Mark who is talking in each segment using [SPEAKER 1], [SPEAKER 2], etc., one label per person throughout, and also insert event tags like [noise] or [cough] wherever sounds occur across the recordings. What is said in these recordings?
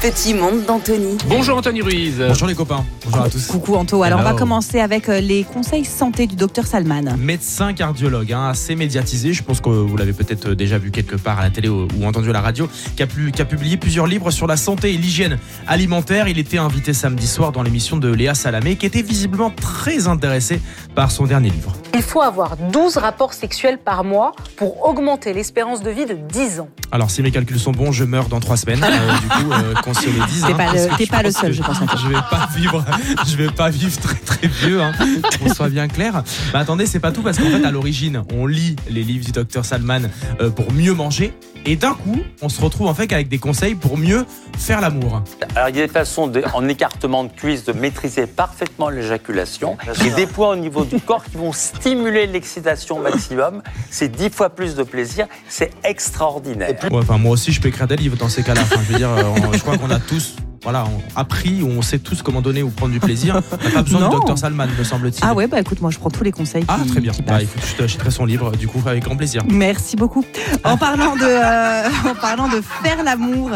[SPEAKER 1] petit monde d'Anthony.
[SPEAKER 2] Bonjour Anthony Ruiz.
[SPEAKER 3] Bonjour les copains. Bonjour à tous.
[SPEAKER 4] Coucou Anto. Alors on va
[SPEAKER 3] Hello.
[SPEAKER 4] commencer avec euh, les conseils santé du docteur Salman.
[SPEAKER 3] Médecin cardiologue, hein, assez médiatisé, je pense que vous l'avez peut-être euh, déjà vu quelque part à la télé ou ou entendu à la radio, qui a, pu- qui a publié plusieurs livres sur la santé et l'hygiène alimentaire. Il était invité samedi soir dans l'émission de Léa Salamé, qui était visiblement très intéressée par son dernier livre.
[SPEAKER 5] Il faut avoir 12 rapports sexuels par mois pour augmenter l'espérance de vie de 10 ans.
[SPEAKER 3] Alors si mes calculs sont bons, je meurs dans trois semaines. Euh, du coup, euh, qu'on se le dise.
[SPEAKER 4] T'es
[SPEAKER 3] hein,
[SPEAKER 4] pas
[SPEAKER 3] parce
[SPEAKER 4] le-
[SPEAKER 3] que
[SPEAKER 4] t'es
[SPEAKER 3] je
[SPEAKER 4] pas le
[SPEAKER 3] pense
[SPEAKER 4] seul,
[SPEAKER 3] que
[SPEAKER 4] je pense, Antoine.
[SPEAKER 3] Je vais pas vivre, je vais pas vivre très très vieux. Hein, qu'on soit bien clair. Bah attendez, c'est pas tout parce qu'en fait à l'origine, on lit les livres du docteur Salman euh, pour mieux manger, et d'un coup, on se retrouve en fait avec des conseils pour mieux faire l'amour.
[SPEAKER 6] Alors, il y a des façons, de- en écartement de cuisse, de maîtriser parfaitement l'éjaculation. Et des points au niveau du corps qui vont stimuler l'excitation au maximum. C'est dix fois plus de plaisir. C'est extraordinaire.
[SPEAKER 3] Ouais, enfin moi aussi, je peux écrire des livres dans ces cas-là. Enfin, je veux dire, euh, on- je crois qu'on a tous. Voilà, on a appris, on sait tous comment donner ou prendre du plaisir. On n'a pas besoin
[SPEAKER 4] Non.
[SPEAKER 3] du docteur Salman, me semble-t-il.
[SPEAKER 4] Ah ouais, bah écoute, moi je prends tous les conseils.
[SPEAKER 3] Ah,
[SPEAKER 4] qui-
[SPEAKER 3] très bien.
[SPEAKER 4] qui
[SPEAKER 3] Bah
[SPEAKER 4] passent.
[SPEAKER 3] écoute, je t'achèterai son livre, du coup, avec grand plaisir.
[SPEAKER 4] Merci beaucoup.
[SPEAKER 3] Ah. [laughs]
[SPEAKER 4] En parlant de, euh, en parlant de faire l'amour,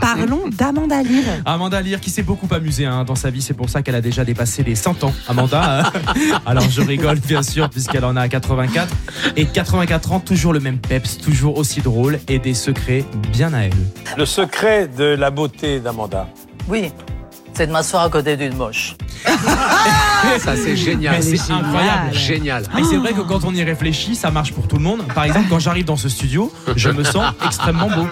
[SPEAKER 4] parlons d'Amanda Lear.
[SPEAKER 3] Amanda Lear qui s'est beaucoup amusée hein, dans sa vie, c'est pour ça qu'elle a déjà dépassé les 100 ans. Amanda, euh, [laughs] alors je rigole bien sûr puisqu'elle en a 84 et 84 ans toujours le même peps, toujours aussi drôle et des secrets bien à elle.
[SPEAKER 7] Le secret de la beauté d'Amanda.
[SPEAKER 8] Oui, c'est de m'asseoir à côté d'une moche.
[SPEAKER 2] Ah, Ça c'est
[SPEAKER 3] Mais
[SPEAKER 2] génial,
[SPEAKER 3] c'est
[SPEAKER 2] c'est incroyable,
[SPEAKER 4] génial.
[SPEAKER 2] génial.
[SPEAKER 3] Et c'est vrai que quand on y réfléchit, ça marche pour tout le monde. Par exemple, quand j'arrive dans ce studio, je me sens extrêmement beau.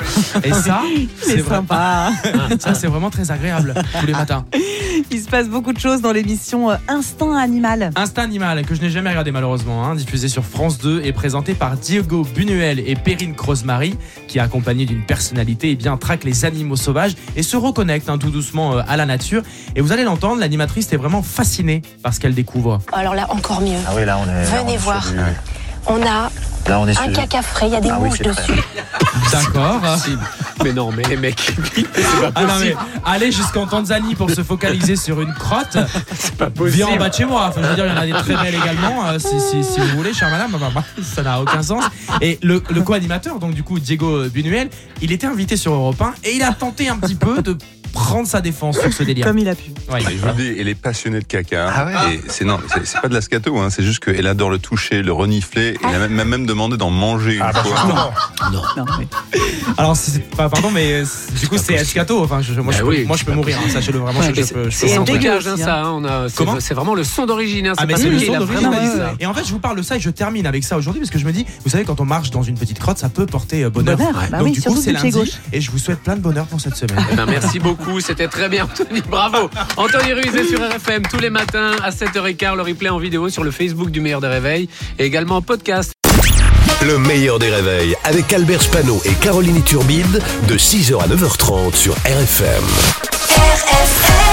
[SPEAKER 3] Et ça, c'est
[SPEAKER 4] C'est
[SPEAKER 3] vrai-
[SPEAKER 4] sympa. hein.
[SPEAKER 3] ça, c'est vraiment très agréable tous les matins.
[SPEAKER 4] Il se passe beaucoup de choses dans l'émission euh, Instinct Animal.
[SPEAKER 3] Instinct Animal, que je n'ai jamais regardé malheureusement, hein, diffusé sur France 2 et présenté par Diego Buñuel et Perrine Crosemary, qui accompagné d'une personnalité, eh bien, traque les animaux sauvages et se reconnecte hein, tout doucement euh, à la nature. Et vous allez l'entendre, l'animatrice est vraiment fascinée par ce qu'elle découvre.
[SPEAKER 9] Alors là, encore mieux.
[SPEAKER 10] Ah oui, là, on est.
[SPEAKER 9] Venez
[SPEAKER 10] on est sur
[SPEAKER 9] voir.
[SPEAKER 10] du-
[SPEAKER 9] On a
[SPEAKER 10] Là, on est sur
[SPEAKER 9] un
[SPEAKER 10] du-
[SPEAKER 9] caca frais, il y a des
[SPEAKER 10] Ah oui,
[SPEAKER 9] mouches
[SPEAKER 10] c'est
[SPEAKER 9] dessus.
[SPEAKER 10] très-
[SPEAKER 3] D'accord.
[SPEAKER 2] Mais non, mais les mecs,
[SPEAKER 3] Ah non, mais aller jusqu'en Tanzanie pour se focaliser sur une
[SPEAKER 2] [laughs]
[SPEAKER 3] crotte, viens en bas de chez moi. Enfin, je veux dire, il y en a des très belles également, euh, si, si- si vous voulez, chère madame. Enfin, bah, ça n'a aucun sens. Et le, le co-animateur, donc du coup, Diego Buñuel, il était invité sur Europe 1 et il a tenté un petit peu de prendre sa défense sur ce délire.
[SPEAKER 4] Comme il a pu.
[SPEAKER 3] Ouais,
[SPEAKER 11] Je vous le dis, elle est passionnée de caca. hein.
[SPEAKER 2] Ah ouais
[SPEAKER 11] Et c'est non, c'est- c'est pas de la scato, hein, c'est juste qu'elle adore le toucher, le renifler. Elle m'a même, même demandé d'en manger
[SPEAKER 2] Ah,
[SPEAKER 11] une
[SPEAKER 2] bah,
[SPEAKER 11] fois.
[SPEAKER 4] Non, mais-
[SPEAKER 3] Alors, c'est- enfin, pardon, mais euh, c'est- du coup, c'est Escato. Enfin, je- je- moi,
[SPEAKER 2] Bah
[SPEAKER 3] je, peux-
[SPEAKER 2] oui,
[SPEAKER 3] moi, je
[SPEAKER 2] c'est
[SPEAKER 3] peux
[SPEAKER 2] pas
[SPEAKER 3] mourir. hein, Sachez-le vraiment. je- je peux- je peux
[SPEAKER 2] c'est un
[SPEAKER 3] mourir.
[SPEAKER 2] dégueulage,
[SPEAKER 4] aussi,
[SPEAKER 2] hein,
[SPEAKER 4] hein.
[SPEAKER 2] ça. hein, on a- c'est-
[SPEAKER 3] Comment
[SPEAKER 2] c'est vraiment le son d'origine. hein,
[SPEAKER 3] Ah mais
[SPEAKER 2] pas
[SPEAKER 3] c'est le
[SPEAKER 2] truqué,
[SPEAKER 3] son
[SPEAKER 2] il a
[SPEAKER 3] d'origine,
[SPEAKER 2] vraiment
[SPEAKER 3] ouais,
[SPEAKER 2] dit
[SPEAKER 3] ouais.
[SPEAKER 2] ça.
[SPEAKER 3] Et en fait, je vous parle de ça et je termine avec ça aujourd'hui parce que je me dis, vous savez, quand on marche dans une petite crotte, ça peut porter euh, bonheur.
[SPEAKER 4] Bonheur, bah
[SPEAKER 3] Donc
[SPEAKER 4] oui,
[SPEAKER 3] du coup,
[SPEAKER 4] surtout
[SPEAKER 3] c'est
[SPEAKER 4] du pied
[SPEAKER 3] lundi
[SPEAKER 4] gauche.
[SPEAKER 3] et je vous souhaite plein de bonheur pour cette semaine.
[SPEAKER 2] Eh ben, merci beaucoup, c'était très bien Anthony, bravo Anthony Ruiz est sur RFM tous les matins à 7h15, le replay en vidéo sur le Facebook du Meilleur des Réveils et également en podcast
[SPEAKER 12] Le meilleur des réveils avec Albert Spano et Caroline Turbide de 6h à 9h30 sur RFM.
[SPEAKER 1] RFM